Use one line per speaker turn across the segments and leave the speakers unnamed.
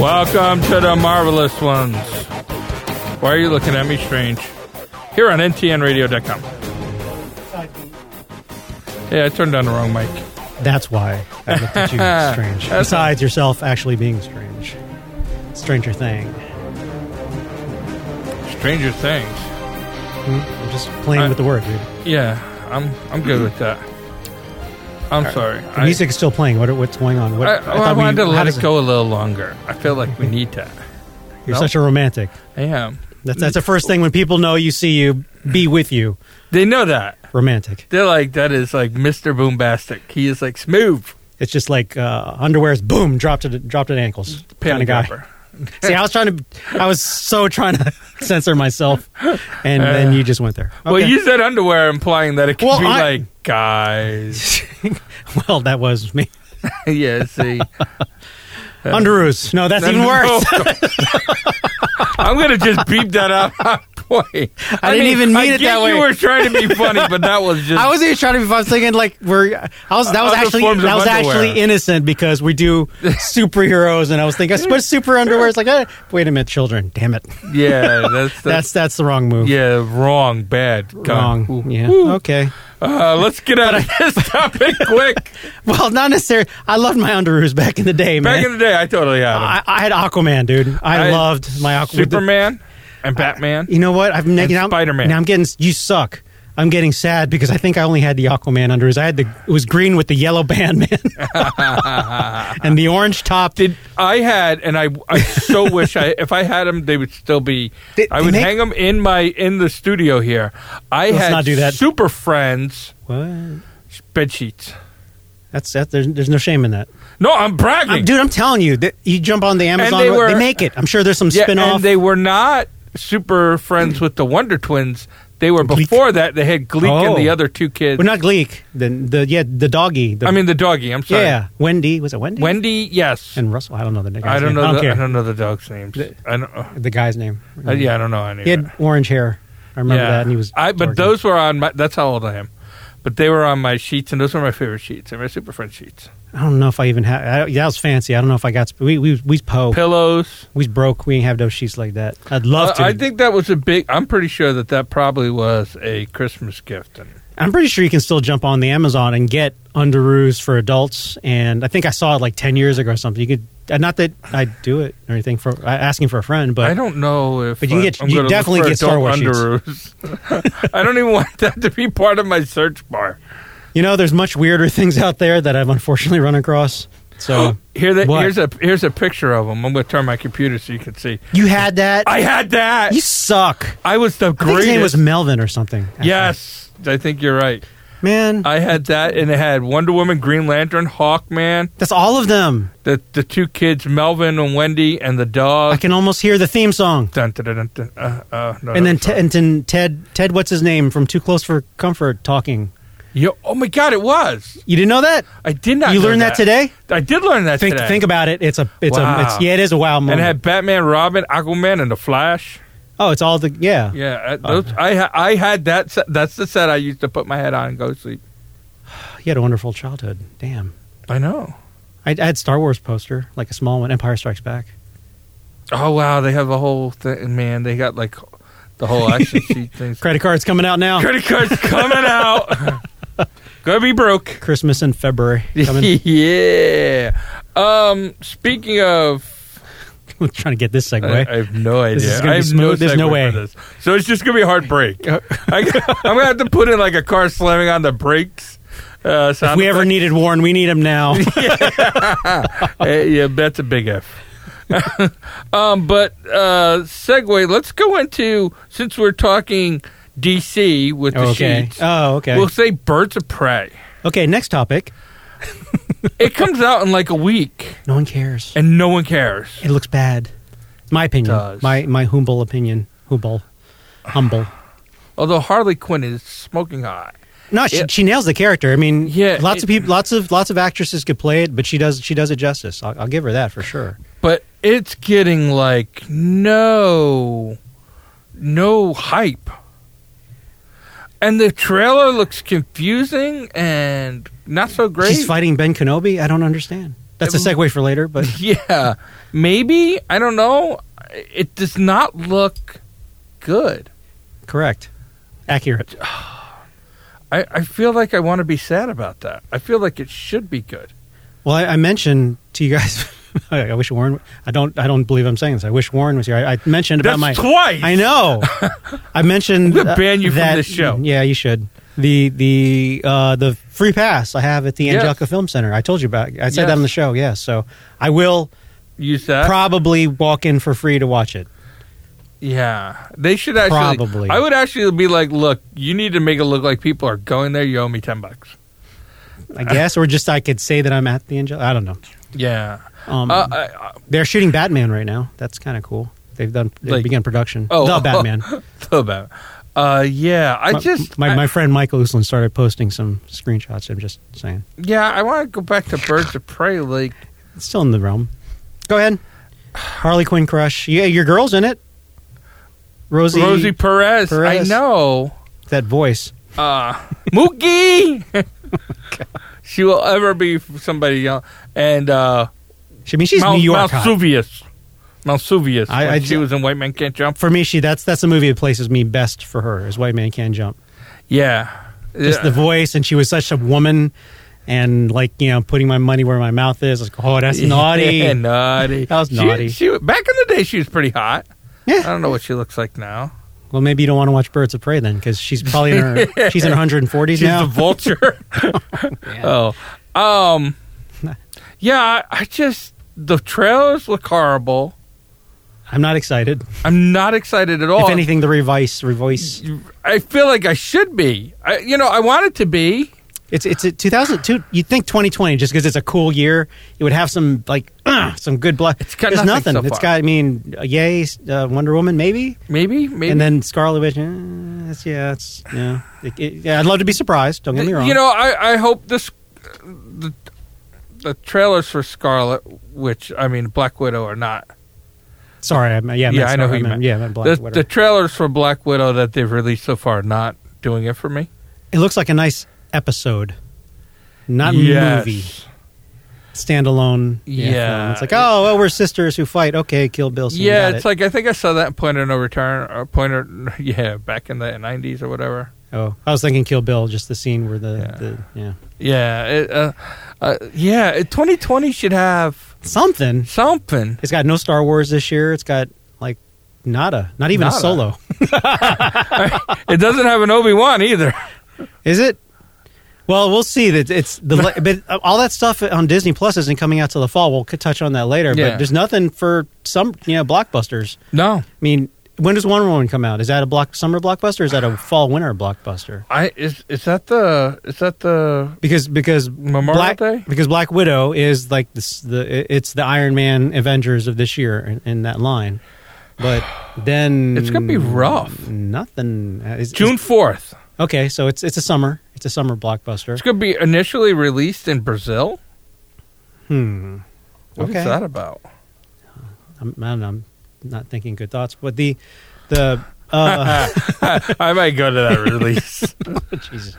Welcome to the Marvelous Ones. Why are you looking at me strange? Here on ntnradio.com. Yeah, I turned on the wrong mic.
That's why I looked at you strange. Besides yourself actually being strange. Stranger thing.
Stranger Things.
Hmm? I'm just playing
I-
with the word, dude.
Yeah, I'm I'm good with that. I'm sorry.
The music is still playing. What, what's going on? What,
I, I,
thought
well, I
we-
wanted to
how
let
does
it go a little longer. I feel like we need that.
You're
No?
such a romantic.
I am.
That's, that's the first thing when people know you, see you, be with you.
They know that.
Romantic.
They're like, that is like Mr. Boombastic. He is like smooth.
It's just like uh, underwear's boom, dropped at dropped at ankles.
Panic
kinda guy.
dropper.
See, I was trying to, I was so trying to censor myself, and then you just went there.
Uh, Well,
Okay.
you said underwear, implying that it could
Well,
be
I-
like guys.
well, that was me.
yeah, see, Uh,
Underoos. No, that's even worse.
I'm gonna just beep that out. Boy, I,
didn't even mean
I
it
get
that way.
You were trying to be funny, but that was just.
I wasn't even trying to be fun. I was thinking like we're. I was that was
Other
actually
forms of
that was
underwear.
actually innocent because we do superheroes, and I was thinking, what's super underwear? It's like, eh, wait a minute, children, damn it,
yeah, that's that's,
that's that's the wrong move.
yeah, wrong, bad, gone.
Wrong. Yeah. Okay.
Uh, let's get out of this topic quick.
Well, not necessarily. I loved my underoos back in the day, man.
Back in the day, I totally had 'em.
I, I had Aquaman, dude. I,
I-
loved my Aquaman.
Superman and Batman.
You know what? I've now, now-
Spider-Man.
Now I'm getting you suck. I'm getting sad because I think I only had the Aquaman underoos. I had the it was green with the yellow band, man, and the orange top.
Did I had and I I so wish I if I had them they would still be
They-
I
they
would
make-
hang them in my in the studio here. I
Let's
had
not do that.
Super Friends
What?
bed sheets.
That's that. There's, there's no shame in that,
No, I'm bragging.
I'm- dude. I'm telling you, that you jump on the Amazon,
they
they,
were-
make it. I'm sure there's some
yeah,
spin off.
and they were not Super Friends with the Wonder Twins. They were
Gleek.
before that. They had Gleek and
Oh.
the other two kids.
well, not Gleek. The the yeah the doggy. The,
I mean the doggy. I'm sorry.
yeah, Wendy was it Wendy?
Wendy. Yes.
and Russell. I don't know the guy's
I don't know.
name. I don't
the,
care
I don't know the dog's names. I don't. Uh,
the guy's name.
yeah, I don't know. Any of
he
it.
had orange hair. I remember that, and he was.
I, but
dorky.
those were on my. That's how old I am. But they were on my sheets, and those were my favorite sheets. They're my super friend sheets.
I don't know if I even had. I, that was fancy. I don't know if I got. sp- We we we po.
Pillows.
We broke. We ain't have those sheets like that. I'd love
Uh,
to.
I think that was a big. I'm pretty sure that that probably was a Christmas gift. And
I'm pretty sure you can still jump on the Amazon and get underoos for adults. And I think I saw it like ten years ago or something. You could. uh, Not that I do it or anything for uh, asking for a friend, but
I don't know if.
But you
I-
get-
I'm
you
gonna look
definitely
for
get Star
adult
Wars
underoos. I don't even want that to be part of my search bar.
you know, there's much weirder things out there that I've unfortunately run across. So
Here that
Oh, What?
here's a here's a picture of them. I'm going to turn my computer so you can see.
you had that.
I had that.
you suck.
I was the
I think
greatest.
his name was Melvin or something. actually.
yes, I think you're right.
man,
I had that, and it had Wonder Woman, Green Lantern, Hawkman,
that's all of them.
the the two kids, Melvin and Wendy, and the
I
dog.
can almost hear the theme song.
Dun, dun, dun, dun, dun, uh, uh, no,
and
no,
then
sorry.
Ted, and then Ted Ted what's his name from Too Close for Comfort talking.
Yo, oh my God, it was.
You didn't know that?
I did not.
you
know
learned that. today?
I did learn that
Think
today.
think about it. It's a it's
Wow.
a it's yeah it is a wow
and
moment.
it had Batman, Robin, Aquaman, and the Flash.
oh, it's all the yeah.
Yeah,
Uh-huh.
I, those, I ha- I had that. Set, that's the set I used to put my head on and go to sleep.
You had a wonderful childhood. Damn.
I know.
I, I had Star Wars poster like a small one. Empire Strikes Back.
Oh wow, they have a whole thing. Man, they got like the whole action sheet things.
Credit cards coming out now.
Credit cards coming out. Gonna be broke.
Christmas in February. Coming.
yeah. Um. Speaking of,
I'm trying to get this
I,
segue.
I have no idea.
This is gonna
I
be
have
smooth. There's no
segue
way.
for this. So it's just gonna be a hard break. I, am gonna have to put in like a car slamming on the brakes. Uh, sound
if we ever needed Warren, we need him now.
effect. Uh, yeah, that's a big F. um, but uh, segue. Let's go into since we're talking DC with the
okay.
sheets.
Oh, okay.
We'll say Birds of Prey.
okay, next topic.
it comes out in like a week,
No one cares.
and no one cares.
It looks bad. My opinion.
does.
My my humble opinion. Humble. Humble.
Although Harley Quinn is smoking hot.
No, she,
It-
she nails the character. I mean,
Yeah,
lots of
it-
people, lots of lots of actresses could play it, but she does she does it justice. I'll, I'll give her that for sure.
But it's getting like no, no hype. And the trailer looks confusing and not so great.
She's fighting Ben Kenobi. I don't understand. That's a segue for later, but
yeah, maybe I don't know. It does not look good.
correct, accurate.
I, I feel like I want to be sad about that. I feel like it should be good.
Well, I, I mentioned to you guys. I I wish Warren. I don't. I don't believe I'm saying this. I wish Warren was here. I, I mentioned about
That's
my.
twice.
I know. I mentioned.
I'm gonna
uh,
ban you from
that,
this show.
Yeah, you should. The the uh, the free pass I have at the
Yes.
Angelica Film Center. I told you about. I said
Yes.
that on the show. Yes. So I will
You said
probably walk in for free to watch it.
yeah. They should actually.
Probably.
I would actually be like, look, you need to make it look like people are going there. You owe me ten bucks.
I guess, or just I could say that I'm at the Angelica. I don't know.
Yeah.
Um,
Uh, I, I,
they're shooting Batman right now. That's kind of cool. They've done. They've
Like-
begun production.
oh,
the Batman.
so bad. Uh, yeah. I
my,
just
my,
I-
my friend Michael Uslan started posting some screenshots. I'm just saying,
yeah. I want to go back to Birds of Prey. Like
it's still in the realm. Go ahead, Harley Quinn crush. Yeah, your girl's in it. Rosie,
Rosie Perez.
Perez.
I know.
that voice.
uh, Mookie. she will ever be somebody young. And uh,
She, I mean, she's
Mount,
New York.
Mount
hot.
Suvius. Mount Suvius.
I-
when
I-
she was in White Man Can't Jump.
For me, she that's that's the movie that places me best for her is White Man Can Jump.
Yeah.
Just
Yeah.
the voice, and she was such a woman, and like you know, putting my money where my mouth is. Like, oh, that's naughty.
Yeah, naughty.
That was
She-
naughty.
she- back in the day, she was pretty hot.
Yeah.
I don't know what she looks like now.
Well, maybe you don't want to watch Birds of Prey then, because she's probably in her she's in her 140s
She's
now.
the vulture. oh. Um, yeah, I, I just, the trailers look horrible.
I'm not excited.
I'm not excited at all.
if anything, the revice, revoice.
I feel like I should be. I, you know, I want it to be.
It's it's a 2002. You'd think 2020, just because it's a cool year, it would have some like some good blood.
It's got
There's
nothing so
It's
far.
got. I mean, Yay, uh, Wonder Woman, maybe,
Maybe, maybe.
and then Scarlet Witch. eh, it's, yeah, it's yeah. It- it- yeah. I'd love to be surprised. Don't get me wrong.
You know, I, I hope this the the trailers for Scarlet, which I mean Black Widow are not.
sorry. I, meant- yeah, I
Yeah,
meant
I know
Scar-
who you meant.
Yeah, I meant Black
the,
Widow.
the trailers for Black Widow that they've released so far are not doing it for me.
it looks like a nice episode, not
Yes.
movie. Standalone,
Yeah.
film. it's like oh, well, we're sisters who fight. Okay, kill Bill. Soon.
yeah,
Got
it's
it.
like I think I saw that in Point of No Return or Point of yeah back in the '90s or whatever.
oh, I was thinking Kill Bill, just the scene where the
Yeah.
the yeah
Yeah, it, uh, uh, yeah. it- 2020 should have
something.
something.
It's got no Star Wars this year. It's got like nada, not even
Nada.
a solo.
It doesn't have an Obi Wan either.
Is it? Well, we'll see. That it's the la- but all that stuff on Disney Plus isn't coming out till the fall. We'll c- touch on that later.
Yeah.
But there's nothing for some you know blockbusters.
No,
I mean, when does Wonder Woman come out? Is that a block summer blockbuster? Or is that a fall winter blockbuster?
I is is that the is that the
Because because
Memorial
Black
Day?
because Black Widow is like this, the it's the Iron Man Avengers of this year in, in that line, but then
It's gonna be rough.
Nothing uh, is,
June fourth?
is- okay, so it's it's a summer it's a summer blockbuster.
It's going to be initially released in Brazil.
Hmm.
What's
Okay.
that about?
I'm, I'm, I'm not thinking good thoughts, but the the uh,
I might go to that release.
Jesus.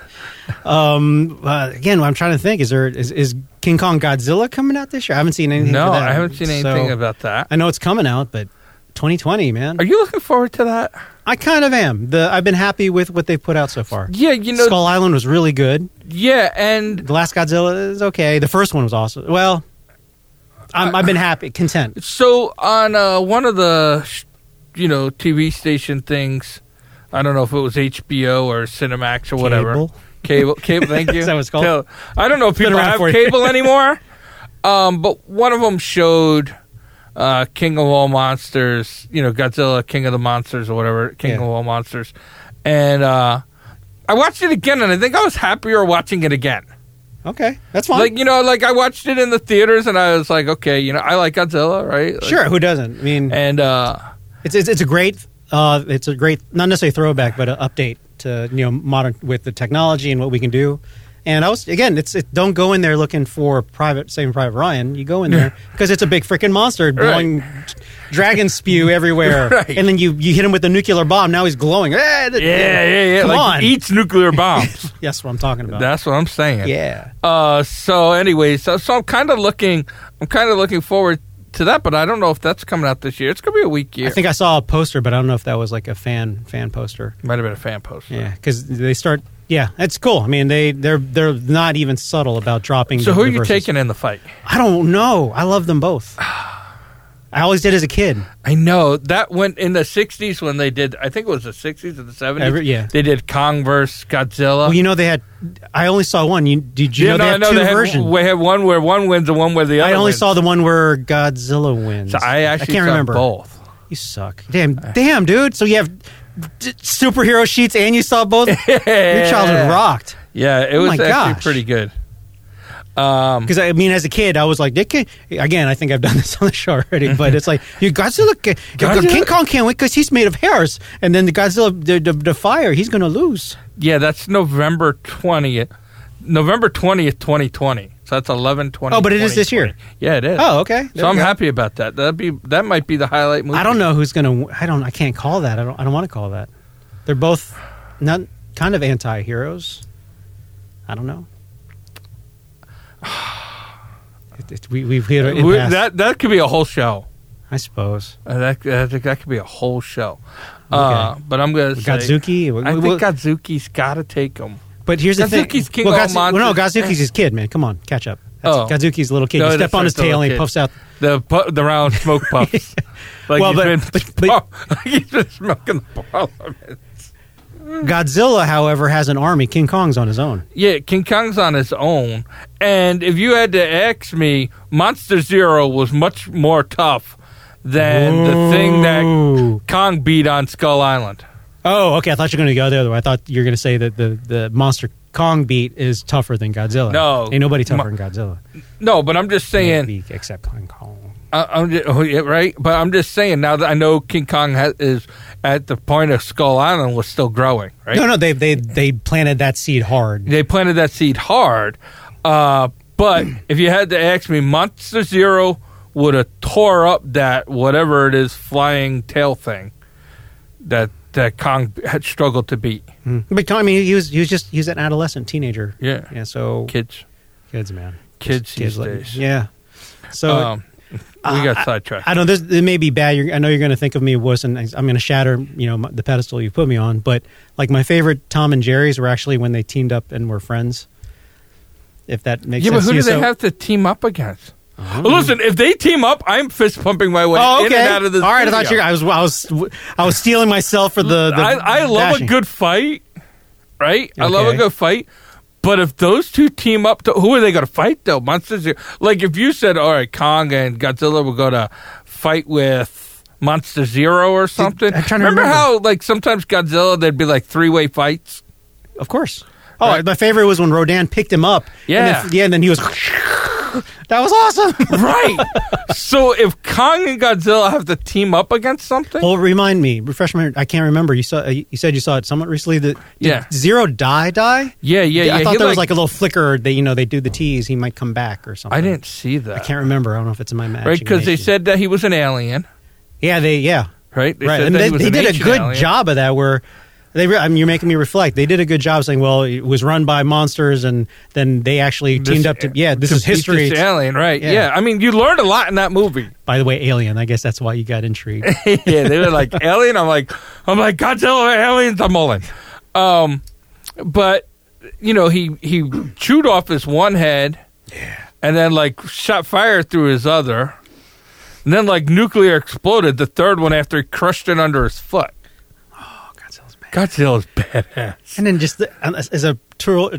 Um, uh, again, what I'm trying to think is there is, is King Kong Godzilla coming out this year? I haven't seen anything.
no,
for that.
I haven't seen anything
So,
about that.
I know it's coming out, but 2020, man.
Are you looking forward to that?
I kind of am. The I've been happy with what they've put out so far.
Yeah, you know,
Skull Island was really good.
yeah, and
The last Godzilla is okay. The first one was awesome. Well, I'm, I've been happy, content.
so on uh, one of the sh- you know TV station things, I don't know if it was HBO or Cinemax or whatever.
Cable.
Cable, cable. Thank you.
Is that what it's called?
Cable. I don't know if
been
people
around
have
for-
cable anymore, um, but one of them showed uh, King of All Monsters. You know, Godzilla, King of the Monsters, or whatever, King
Yeah.
of All Monsters. And uh, I watched it again, and I think I was happier watching it again.
Okay, that's fine.
Like you know, like I watched it in the theaters, and I was like, okay, you know, I like Godzilla, right? Like-
sure, who doesn't? I mean,
And uh,
It's it's, it's a great uh, it's a great not necessarily throwback, but an update to you know modern with the technology and what we can do. And I was again, it's it, don't go in there looking for private Saving Private Ryan. You go in there because it's a big freaking monster blowing dragon spew everywhere,
Right.
and then you you hit him with a nuclear bomb. Now he's glowing. Eh, th-
yeah, yeah, yeah,
Come
like
on,
eats nuclear bombs.
that's what I'm talking about.
That's what I'm saying.
yeah,
Uh, so, anyways, so, so I'm kind of looking I'm kind of looking forward to that, but I don't know if that's coming out this year. It's going to be a weak year.
I think I saw a poster, but I don't know if that was like a fan fan poster.
Might have been a fan post. though.
Yeah, because they start. Yeah, it's cool. I mean, they they're they're not even subtle about dropping.
So
the-
who are
the
you
verses.
taking in the fight?
I don't know. I love them both. I always did as a kid.
I know that went in the '60s when they did. I think it was the '60s or the '70s.
Every- yeah.
they did Kong versus Godzilla.
Well, you know they had. I only saw one. You did you
Yeah,
know they
I
had two
had-
versions?
we had one where one wins and one where the other.
I only
wins.
saw the one where Godzilla wins.
So I actually
can't
saw
remember.
both. Uh.
You suck. Damn, damn, dude. So you have d- superhero sheets and you saw both. Your childhood rocked.
Yeah, it
Oh
was
my
actually
gosh.
pretty good. Um,
Because I mean, as a kid, I was like, they can, again, I think I've done this on the show already, but it's like you Godzilla, ca-
Godzilla-
King Kong can't win because he's made of hairs, and then the Godzilla, the, the, the fire, he's gonna lose.
yeah, that's November twentieth, November twentieth, twenty twenty. So that's 11, 20,
Oh, but it is this year.
2020. Yeah, it is.
Oh, okay. There
so I'm
we go.
happy about that. That be that might be the highlight movie.
I don't know who's gonna. w- I don't. I can't call that. I don't. I don't want to call that. They're both not kind of anti-heroes. I don't know. It, it, we, we've hit an
We-
impasse,
that that could be a whole show.
I suppose.
Uh, that I think that could be a whole show. Uh, but I'm gonna
We
say,
got Zuki. we-
I
we-
think
we-
Godzuki's got to take him.
But here's the thing.
Godzuki's King
well,
of
Godzu-
all
well, no,
monsters.
Godzuki's his kid, man. Come on, catch up. That's,
Oh.
Godzuki's a little kid.
No,
you step
that's
on
right,
his
the little
tail and
kid.
he puffs out.
The pu- the round smoke puffs. like
Well,
he's been,
but- but- but-
like he's been smoking the parliament.
Hmm. Godzilla, however, has an army. King Kong's on his own.
Yeah, King Kong's on his own. And if you had to ask me, Monster Zero was much more tough than the thing that
Ooh.
Kong beat on Skull Island.
Oh, okay. I thought you were going to go the other way. I thought you were going to say that the, the monster Kong beat is tougher than Godzilla.
No.
ain't nobody tougher
Mo-
than Godzilla.
No, but I'm just saying,
Maybe except King Kong.
I, I'm just, oh, yeah, right. But I'm just saying now that I know King Kong ha is at the point of Skull Island was still growing, right?
No, no, they they they planted that seed hard.
They planted that seed hard. Uh, but if you had to ask me, Monster Zero would have tore up that whatever it is flying tail thing that that Kong had struggled to beat.
But Kong, I mean, he was he was just he was an adolescent teenager.
Yeah,
Hmm. Yeah, so
kids,
kids, man,
kids
Just
these
let-
days.
Yeah, so
um, we got sidetracked.
I know this. It may be bad. You're, I know you're going to think of me worse, and I'm going to shatter, you know, my, the pedestal you put me on. But like my favorite Tom and Jerry's were actually when they teamed up and were friends. If that makes
yeah, but who
sense, to
do
you.
they
So-
have to team up against? Listen, if they team up, I'm fist pumping my way
Oh, okay.
in and out of this.
All right, I
studio.
thought you. I was. I was. I was stealing myself for Uh, the. the
I, I love
bashing.
a good fight, right? I love a
Okay.
good fight. But if those two team up, to, who are they going to fight though? Monster Zero. Like if you said, all right, Kong and Godzilla will go to fight with Monster Zero or something.
I'm trying to
remember,
remember.
how like sometimes Godzilla there'd be like three way fights.
Of course. Oh,
Right.
my favorite was when Rodan picked him up.
Yeah.
And then, yeah, and then he was. That was awesome.
right. So if Kong and Godzilla have to team up against something,
well, remind me, refresh my. I can't remember. You saw. You said you saw it somewhat recently. That did
Yeah.
Zero die die.
yeah, yeah, yeah.
I thought
he,
there was like a little flicker that you know they do the tease. He might come back or something.
I didn't see that.
I can't remember. I don't know if it's in my imagination.
right because they said that he was an alien.
Yeah, they yeah.
Right.
right.
said
And
that
they,
he was
they
an
did a
ancient
good
alien.
job of that. Where they, re- I mean, you're making me reflect. They did a good job saying, well, it was run by monsters, and then they actually
This-
teamed up to. Yeah, this
to
is
beat
history.
This alien, right? Yeah.
Yeah.
I mean, you learned a lot in that movie.
By the way, Alien. I guess that's why you got intrigued.
yeah, they were like alien. I'm like, I'm like Godzilla aliens. I'm all in. Um, but you know, he he chewed off his one head, yeah, and then like shot fire through his other, and then like nuclear exploded the third one after he crushed it under his foot.
oh, Godzilla's bad.
Godzilla's badass.
And then just the, as as a tour,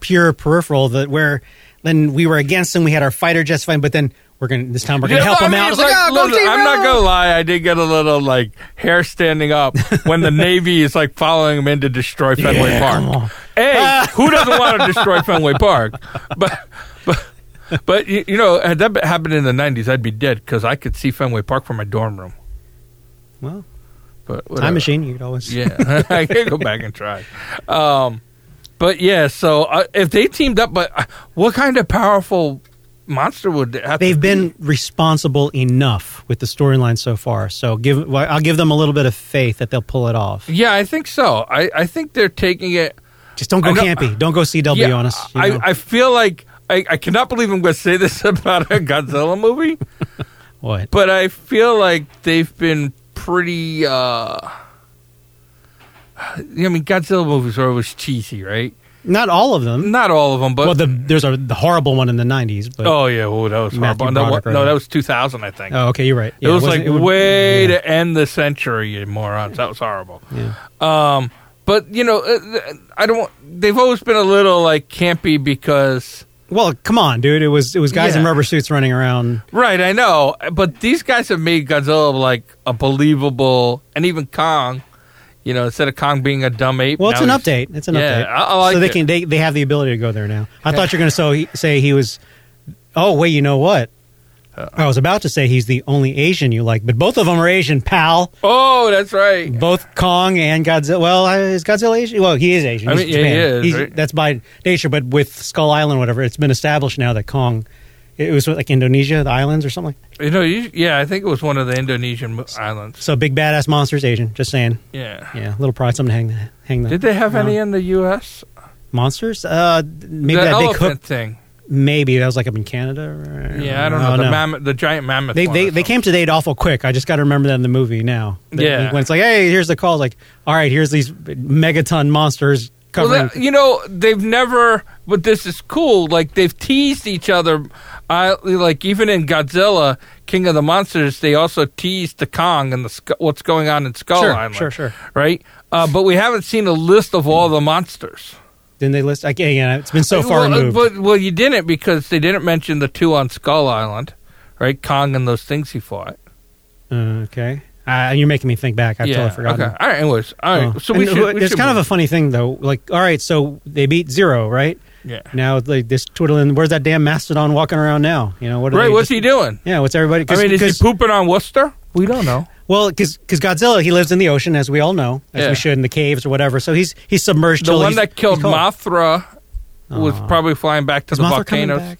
pure peripheral that where then we were against him. We had our fighter just fine, but then we're gonna this time we're gonna
Yeah,
help
I
him
mean,
out. It's
like,
like, "Ah, go
listen,
Team
I'm not
Rocket!"
gonna lie, I did get a little like hair standing up when the Navy is like following him in to destroy Fenway
Yeah,
Park.
come on.
Hey, who doesn't want to destroy Fenway Park? But but but you, you know, had that happened in the '90s, I'd be dead because I could see Fenway Park from my dorm room.
Well,
But whatever.
time machine. You could always.
Yeah, I can go back and try. Um, but yeah, so uh, if they teamed up, but uh, what kind of powerful monster would they have? to
They've
be?
been responsible enough with the storyline so far, so give well, I'll give them a little bit of faith that they'll pull it off.
Yeah, I think so. I, I think they're taking it.
Just don't go
I know-
campy. Don't go CW on us. you
I,
know.
I feel like I, I cannot believe I'm going to say this about a Godzilla movie,
What?
but I feel like they've been pretty. uh I mean, Godzilla movies are always cheesy, right?
Not all of them.
Not all of them, but
well, the, there's a the horrible one in the '90s. But,
oh yeah, oh, that was
Matthew
horrible. No,
Broderick,
what-
right?
no, that was 2000, I think.
Oh, okay, you're right. Yeah,
it was
wasn't-
like
would-
way
yeah,
to end the century, you morons. That was horrible.
yeah.
Um, but you know, uh, th- I don't. They've always been a little like campy because.
Well, come on, dude. It was it was guys in
Yeah.
rubber suits running around.
Right, I know, but these guys have made Godzilla like a believable, and even Kong. You know, instead of Kong being a dumb ape.
Well, it's
now
an
he's-
update. It's an
Yeah,
update.
I- I like
so they
it.
can they, they have the ability to go there now. I
Yeah.
thought you were going to so he, say he was. Oh wait, you know what? I was about to say he's the only Asian you like, but both of them are Asian, pal.
Oh, that's right.
Both Kong and Godzilla. Well, uh, is Godzilla Asian? Well, he is Asian.
I
He's
mean, yeah, he
Japan.
is,
He's-
right?
That's by nature, but with Skull Island, whatever, it's been established now that Kong. It was like Indonesia, the islands or something.
You know, you, yeah, I think it was one of the Indonesian mo- islands.
So big badass monsters Asian. Just saying.
Yeah.
Yeah, a little pride, something to hang the hang the
Did they have any in the U.S.?
monsters. Uh, maybe
the
that big
elephant
hook
thing. Maybe
Maybe that was like up in Canada. or-
Yeah, I don't know. The mammoth, the giant mammoth.
They
one
they,
or
they
something.
came to date awful quick. I just got to remember that in the movie now. That-
Yeah.
when it's like, hey, here's the call. Like, all right, here's these megaton monsters
Well,
covering.
that- you know, they've never. But this is cool. Like they've teased each other. I like even in Godzilla, King of the Monsters, they also teased the Kong and the Sk- what's going on in Skull
sure,
Island.
sure, sure.
Right, uh, but we haven't seen a list of all the monsters.
Then they list like, again, it's been so far
well, uh,
removed.
But, well, you didn't because they didn't mention the two on Skull Island, right? Kong and those things he fought.
Uh, okay, uh, you're making me think back. I've
yeah.
totally forgotten.
Okay. All right. Anyways, all right.
Oh.
So we
And
should.
it's kind of a funny thing though. Like, all right, so they beat zero, right?
a yeah.
Now, like this twiddling. Where's that damn mastodon walking around now? You know what? Are
Right.
they
What's
just-
he doing?
Yeah, what's everybody?
I
'cause-
mean, is he
'cause-
pooping on Worcester? We don't know.
Well, because Godzilla, he lives in the ocean, as we all know, as
Yeah.
we should in the caves or whatever. So he's he's submerged.
the
till
one
he's-
that killed
he's cold.
Mothra was
Aw.
probably flying back to
Is
the
Mothra coming
volcanoes.
back?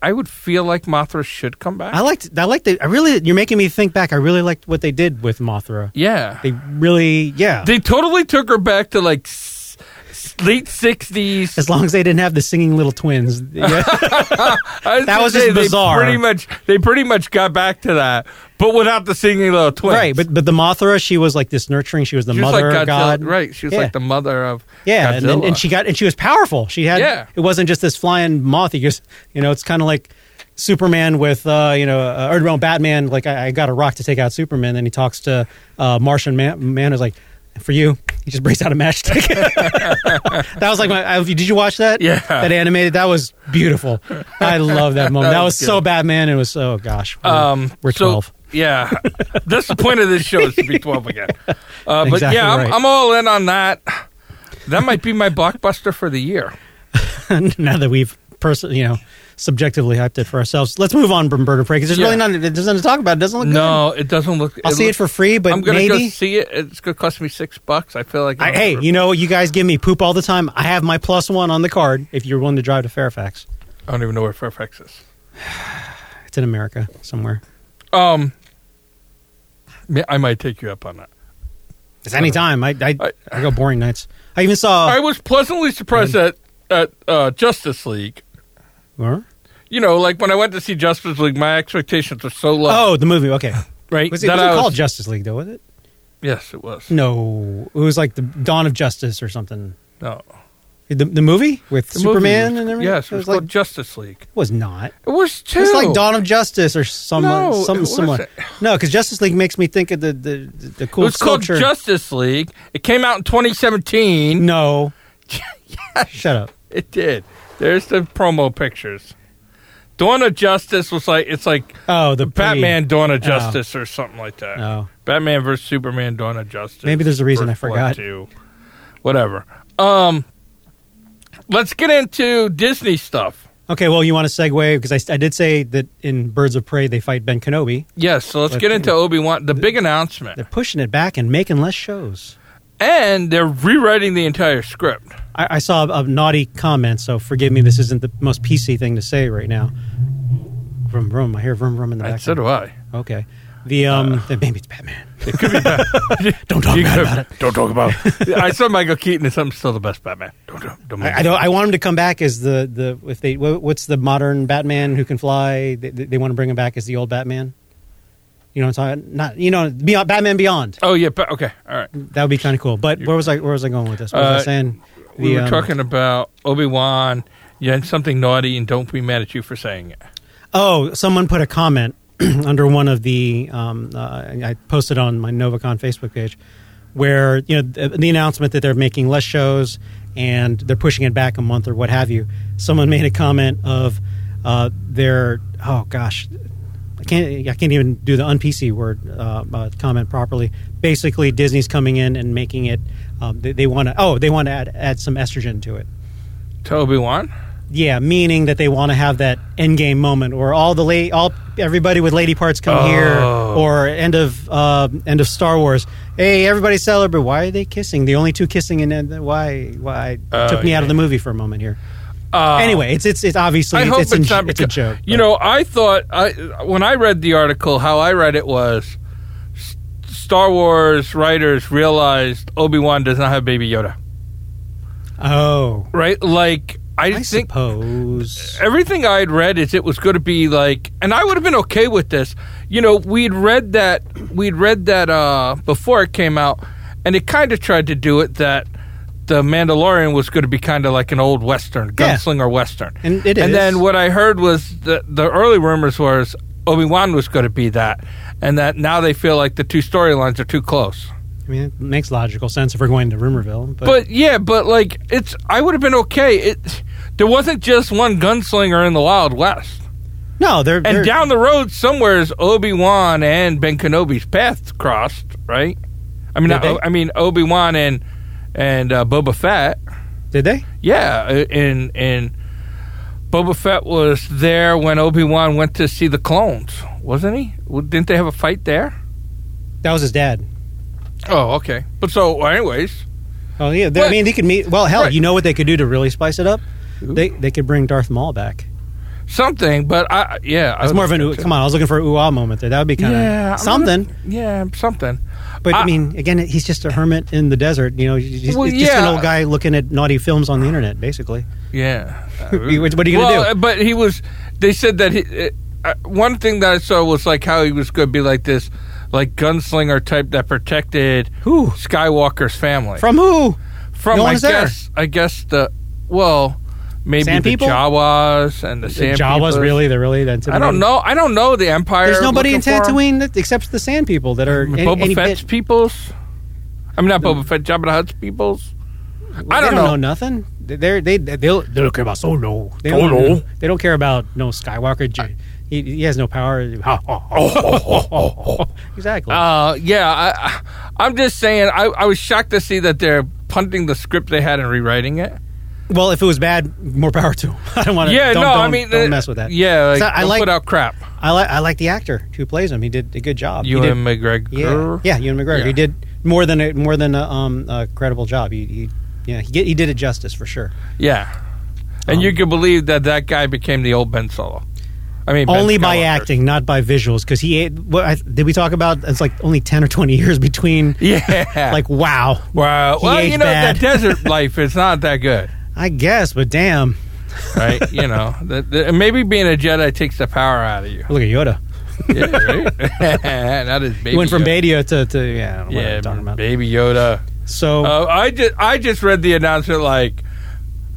I would feel like Mothra should come back.
I liked. I liked it. I really. You're making me think back. I really liked what they did with Mothra.
yeah,
They really, yeah.
they totally took her back to like s- s- late sixties.
as long as they didn't have the singing little twins. Yeah. that was just bizarre.
They pretty much, they pretty much got back to that, but without the singing little twins.
right, but but the Mothra, she was like this nurturing. She was the
she was
mother
like Godzilla,
god.
Right, she was
Yeah.
like the mother of
Yeah, and, then,
Godzilla.
and she got and she was powerful. She had
Yeah.
it wasn't just this flying moth. You just you know, it's kind of like Superman with uh, you know, uh, or no, Batman. Like I, I got a rock to take out Superman. Then he talks to uh, Martian Man. Man is like, for you. He just brings out a matchstick. that was like my. I, did you watch that?
Yeah.
that animated. That was beautiful. I love that moment.
That
that was,
was
so
good.
Batman. It was so oh, gosh. We're,
Um,
we're
so-
twelve.
yeah, that's the point of this show is to be twelve again. Uh, but
Exactly
yeah, I'm,
right.
I'm all in on that. That might be my blockbuster for the year.
now that we've person you know subjectively hyped it for ourselves let's move on from bird of prey because there's
Yeah.
really nothing there's nothing to talk about it doesn't look good
No, it doesn't look.
i'll see it
looks-
for free but
I'm gonna
maybe
go see it. It's gonna cost me six bucks. I feel like.
I, hey you know what? you guys give me poop all the time i have my plus one on the card if you're willing to drive to fairfax
I don't even know where Fairfax is.
it's in america somewhere
Um, yeah, I might take you up on that.
it's anytime i i, I,
I-
go boring nights i even saw
I was pleasantly surprised at at uh, Justice League.
Huh?
You know, like when I went to see Justice League, my expectations were so low.
oh the movie okay
right.
was it,
that
was
I
it
was-
called Hmm. justice league though was it
Yes, it was.
no it was like the dawn of justice or something
No,
the, the movie with
The movie
superman
was-
and everything
Yes, it was,
like
called Justice League.
it was not
It was two.
It's like Dawn of Justice or some
No, it
something
wasn't.
similar. No, because Justice League makes me think of the the, the, the
It
cool
was called
sculpture.
Justice League. It came out in 2017.
no. Shut up.
It did. There's the promo pictures. Dawn of Justice was like it's like
Oh, the pretty-
Batman Dawn of Justice or something like that.
Oh,
Batman versus Superman Dawn of Justice.
Maybe there's a reason I
First Blood
forgot.
2. Whatever. Um, let's get into Disney stuff.
okay. Well, you want to segue because I, I did say that in Birds of Prey they fight Ben Kenobi.
Yes, so let's
Let's
get
do
into
it.
Obi Wan. The big announcement,
They're pushing it back and making less shows.
and they're rewriting the entire script.
I, I saw a, a naughty comment, so forgive me. This isn't the most PC thing to say right now. Vroom vroom. I hear vroom vroom in the
And so
background.
do I.
Okay. The um,
Uh.
the, maybe it's Batman.
Don't talk
bad about
it. Don't talk about it. I saw Michael Keaton as I'm still the best Batman. Don't don't. don't
I, I don't. I want him to come back as the the if they wha- what's the modern Batman who can fly? They, they they want to bring him back as the old Batman. You know what I'm talking? Not you know beyond Batman Beyond.
Oh yeah. But, okay. All right.
That would be kind of cool. But where was I? Where was I going with this? What was
Uh,
I saying?
We
The,
were
um,
talking about Obi Wan. You had something naughty, and don't be mad at you for saying it.
Oh, someone put a comment under one of the um, uh, I posted on my NovaCon Facebook page where you know the, the announcement that they're making less shows and they're pushing it back a month or what have you. Someone made a comment of uh, their oh gosh, I can't I can't even do the unPC word uh, uh, comment properly. Basically, Disney's coming in and making it. Um, they, they want to oh they want to add add some estrogen to it.
To Obi Wan.
Yeah, meaning that they want to have that end game moment, or all the late, all everybody with lady parts come here,
Oh.
or end of uh, end of Star Wars. Hey, everybody celebrate! Why are they kissing? The only two kissing, and then why? Why
Oh,
took me out
yeah.
of the movie for a moment here?
Uh,
anyway, it's it's it's obviously
I
it's,
hope
it's,
it's,
a j-
not
it's a
because-
joke.
You
but-
know, I thought I when I read the article, how I read it was S- Star Wars writers realized Obi Wan does not have Baby Yoda,
oh,
right? Like I,
I
think
suppose.
everything I had read is it was going to be like, and I would have been okay with this. You know, we'd read that we'd read that uh, before it came out, and it kind of tried to do it that the Mandalorian was going to be kind of like an old western
Yeah.
gunslinger western,
And it
and
is.
then what I heard was the the early rumors was Obi Wan was going to be that, and that now they feel like the two storylines are too close.
I mean, it makes logical sense if we're going to Rumorville, but,
But yeah, but like it's I would have been okay. It there wasn't just one gunslinger in the Wild West.
no, they're,
And
they're
down the road somewhere is Obi Wan and Ben Kenobi's paths crossed, right? I mean,
Did
not
they?
O- I mean Obi Wan and and uh, Boba Fett.
did they?
Yeah, uh, and and Boba Fett was there when Obi Wan went to see the clones, wasn't he? Well, Didn't they have a fight there?
That was his dad.
Oh, okay. But so, anyways,
Oh yeah, they, I
But-
mean, he could meet. Well, hell,
Right.
you know what they could do to really spice it up?
Ooh.
They they could bring Darth Maul back.
something. But I, yeah, I
It's
was
more of an ooh- come on. I was looking for a ooh ah moment there. That would be kind of
Yeah, I'm
something.
Yeah, something.
but I,
I-
mean, again, he's just a hermit in the desert. You know, he's,
Well,
it's just an
yeah.
old guy looking at naughty films on the internet, basically.
Yeah.
What- what are you gonna
well,
do?
uh, But he was. They said that he. Uh, one thing that I saw was like how he was going to be like this, like gunslinger type that protected
Who
Skywalker's family
from who?
from
no
I
one's there.
guess I guess the well maybe
Sand
the
people?
Jawas and the, Sand
Jawas
peoples.
really? They're really that.
I don't know. I don't know the Empire.
There's nobody in
looking for 'em.
Tatooine that, except the Sand People that are. Any,
Boba
any
Fett's
bit-
peoples. I mean, not Boba Fett. Jabba the Hutt's peoples. I
they
don't
know.
know.
nothing. They're, they they they'll- they don't care about Solo. They don't,
Solo.
They don't care about no Skywalker. J- He, he has no power. Ha, ha, oh, ha. exactly.
Uh, yeah, I, I- I'm just saying. I, I was shocked to see that they're punting the script they had and rewriting it.
well, if it was bad, more power to him. I don't want to.
yeah,
don't,
no,
don't,
I mean,
don't
uh,
mess with that.
Yeah, like,
So I
don't
like-
put out crap.
I like I like the actor who plays him. He did a good job. He did-
Ewan McGregor.
yeah, yeah, Ewan McGregor.
Yeah.
He did more than a, more than a, um, a credible job. He, he yeah, he, get, he did it justice for sure.
Yeah. And
Um,
you can believe that that guy became the old Ben Solo. I mean, Ben
only by
Skywalker.
acting, not by visuals, because he ate, what I, did we talk about? It's like only ten or twenty years between.
Yeah.
Like wow,
wow.
he
Well,
aged
you know,
bad.
that desert life is not that good,
I guess, but damn,
right? you know, the, the, maybe being a Jedi takes the power out of you.
look at Yoda.
Yeah, right? that is baby.
He went from
Yoda.
Badio to, to yeah, I don't know what
Yeah,
I'm talking about.
baby Yoda.
So
Uh, I just I just read the announcement like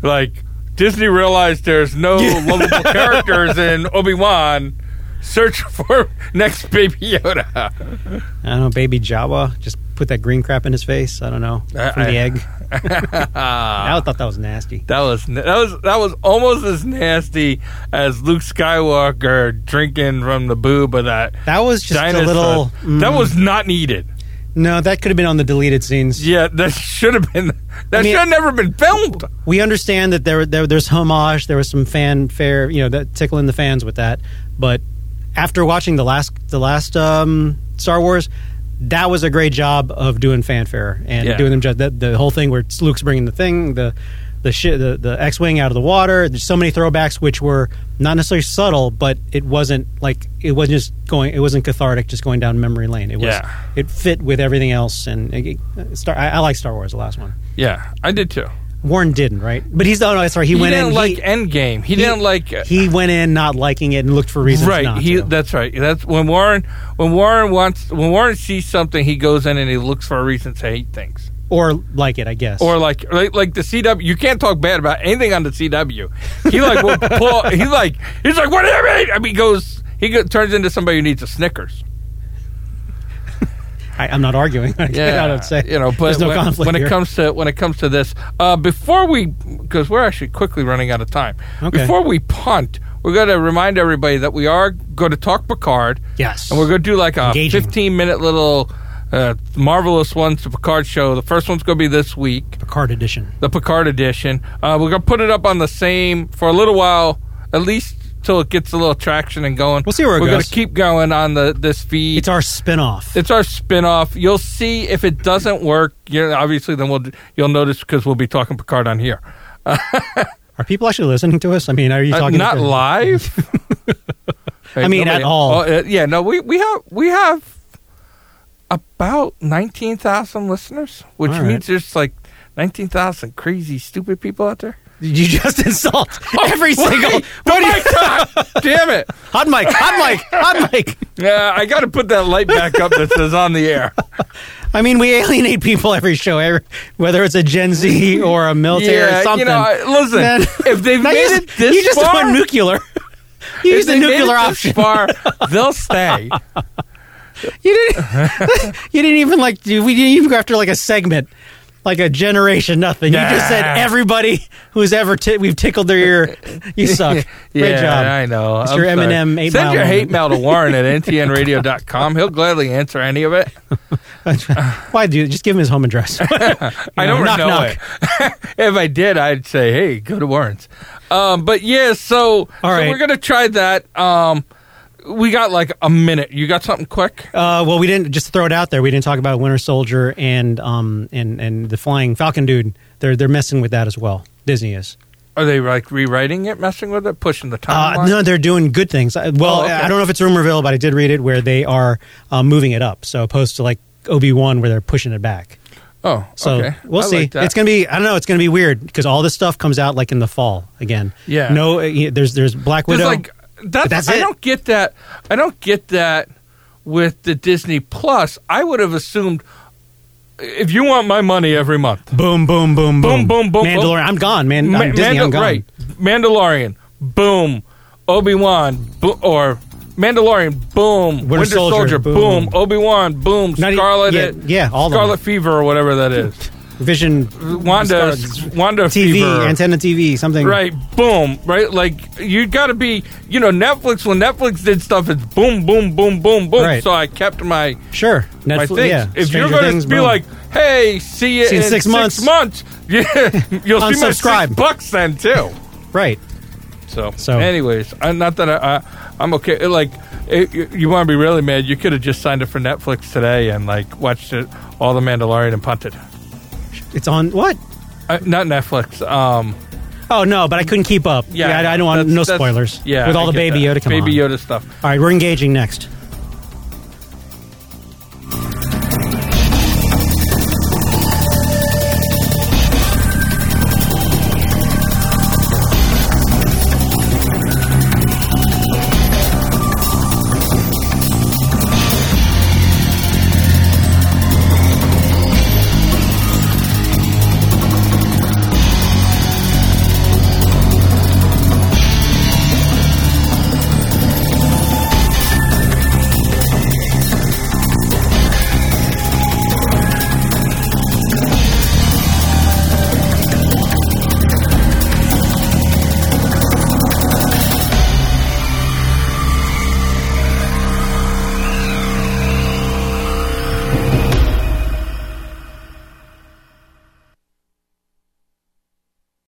like Disney realized there's no lovable characters in Obi Wan. Search for next Baby Yoda.
I don't know, baby Jawa, just put that green crap in his face. I don't know from
I-
the
I- uh,
egg.
that
I thought that was nasty.
was that was that was almost as nasty as Luke Skywalker drinking from the boob of that
That was just
dinosaur.
a little.
That
mm.
was not needed.
no. That could have been on the deleted scenes.
Yeah, that should have been. That
I mean-
should have never been filmed.
We understand that there, there there's homage. There was some fanfare. You know, that tickling the fans with that. But after watching the last the last um, Star Wars. That was a great job of doing fanfare and
Yeah.
doing them. ju- That the whole thing where Luke's bringing the thing, the the shi the, the X wing out of the water. There's so many throwbacks which were not necessarily subtle, but it wasn't like it wasn't just going. It wasn't cathartic, just going down memory lane. It was
Yeah.
it fit with everything else, and it, it- Star. I, I like Star Wars, the last one. I
did too.
Warren didn't, right? But he's oh no, sorry, he,
He,
went
didn't
in
like
he,
Endgame. He, didn't like uh,
he went in not liking it and looked for reasons
right.
not
He
to.
that's right. That's when Warren when Warren wants when Warren sees something, he goes in and he looks for a reason to hate things.
or like it, I guess.
Or like, like like the CW, you can't talk bad about anything on the CW. He like will pull. He like he's like what do you mean? I mean, he goes he go, turns into somebody who needs a Snickers.
I, I'm not arguing. I don't say
you know, but
there's no
when,
conflict
when
here.
it comes to when it comes to this, uh, before we because we're actually quickly running out of time.
Okay.
Before we punt, we're going to remind everybody that we are going to talk Picard,
yes,
and we're going to do like a
Engaging.
15 minute little uh, marvelous ones to Picard show. The first one's going to be this week.
Picard edition.
the Picard edition. Uh, we're gonna put it up on the same for a little while, at least till it gets a little traction and going.
We'll see where it
we're
goes.
gonna keep going on the this feed.
It's our spin-off.
It's our spin-off. You'll see if it doesn't work. You're, obviously, then we'll you'll notice because we'll be talking Picard on here.
Are people actually listening to us? I mean, are you
Uh,
talking
not
to
live. Hey,
I mean,
nobody-
at all.
Oh, uh, yeah, no, we we have we have about nineteen thousand listeners, which
All right.
means there's like nineteen thousand crazy, stupid people out there.
You just insult every single
Oh, Wait, what my God, damn it!
hot mic, hot mic, hot mic.
Yeah, I got to put that light back up that says on the air.
I mean, we alienate people every show, every- whether it's a Gen Z or a military or
yeah,
something.
you know, I- listen,
Man.
if they've
Now
made
you just,
it this
you just
far,
went nuclear. You
if
used the
they made it
nuclear
this
option.
far, they'll stay.
You didn't. you didn't even like. do- We didn't even go after like a segment, like a generation. Nothing. You just said
Nah.
everybody who's ever ti we've tickled their ear. You suck. Great
yeah,
job.
I know.
It's
I'm
your
sorry.
Eminem eight
Send
mile
your
moment.
hate mail to Warren at ntnradio.com. He'll gladly answer any of it.
Why do you just give him his home address?
I
know,
don't
knock,
know
knock.
it. if I did, I'd say, "Hey, go to Warren's." Um, but yeah, so, so
right.
we're gonna try that. Um, we got like a minute. You got something quick?
Uh, well, we didn't just throw it out there. We didn't talk about Winter Soldier and um and and the Flying Falcon dude. They're they're messing with that as well. Disney is.
Are they like rewriting it, messing with it, pushing the
Uh,
timeline?
no, they're doing good things. Uh, Well,
Oh, okay.
I don't know if it's Rumorville, but I did read it where they are uh, moving it up. So opposed to like Obi wan where they're pushing it back.
oh,
So
okay.
we'll
I
see.
like that.
it's gonna be I don't know. It's gonna be weird because all this stuff comes out like in the fall again.
Yeah.
No, uh, yeah, there's there's Black
There's,
Widow.
like that's,
um, that's
I
it.
don't get that. I don't get that with the Disney Plus. I would have assumed if you want my money every month,
boom, boom, boom, boom,
Boom, boom, boom,
Mandalorian.
boom.
I'm gone, man. I'm
Ma-
Disney. I'm
Mandal-
gone.
right? Mandalorian, boom. Obi Wan, bo- or Mandalorian, boom. Winter,
Soldier,
boom.
boom.
Obi Wan, boom.
Not e-
Scarlet,
yeah,
it-
yeah, all of them. Hmm.
Scarlet Fever or whatever that is.
Vision.
Wanda, Wanda
TV,
Fever.
antenna TV, something.
Right, boom, right? Like you got to be, you know, Netflix when Netflix did stuff it's boom boom boom boom boom.
Right.
So I kept my
Sure.
my
Netflix.
things.
yeah.
if you're
Stranger
going
Things,
to be
boom.
like, "Hey, see you
See you
in
in six months."
months." Yeah, you'll see my six
Unsubscribe.
bucks then too.
right.
So,
So-
anyways, I, not that I, I, I'm okay. Like, it, you, you want to be really mad? You could have just signed up for Netflix today and like watched it all the Mandalorian and punted.
It's on what?
Uh, not Netflix. Um,
Oh no, but I couldn't keep up.
yeah,
I, I don't want
that's-
no
that's-
spoilers.
Yeah,
with
I
all the
get
Baby
that.
Yoda come
Baby
on.
Yoda stuff.
All right, we're engaging next.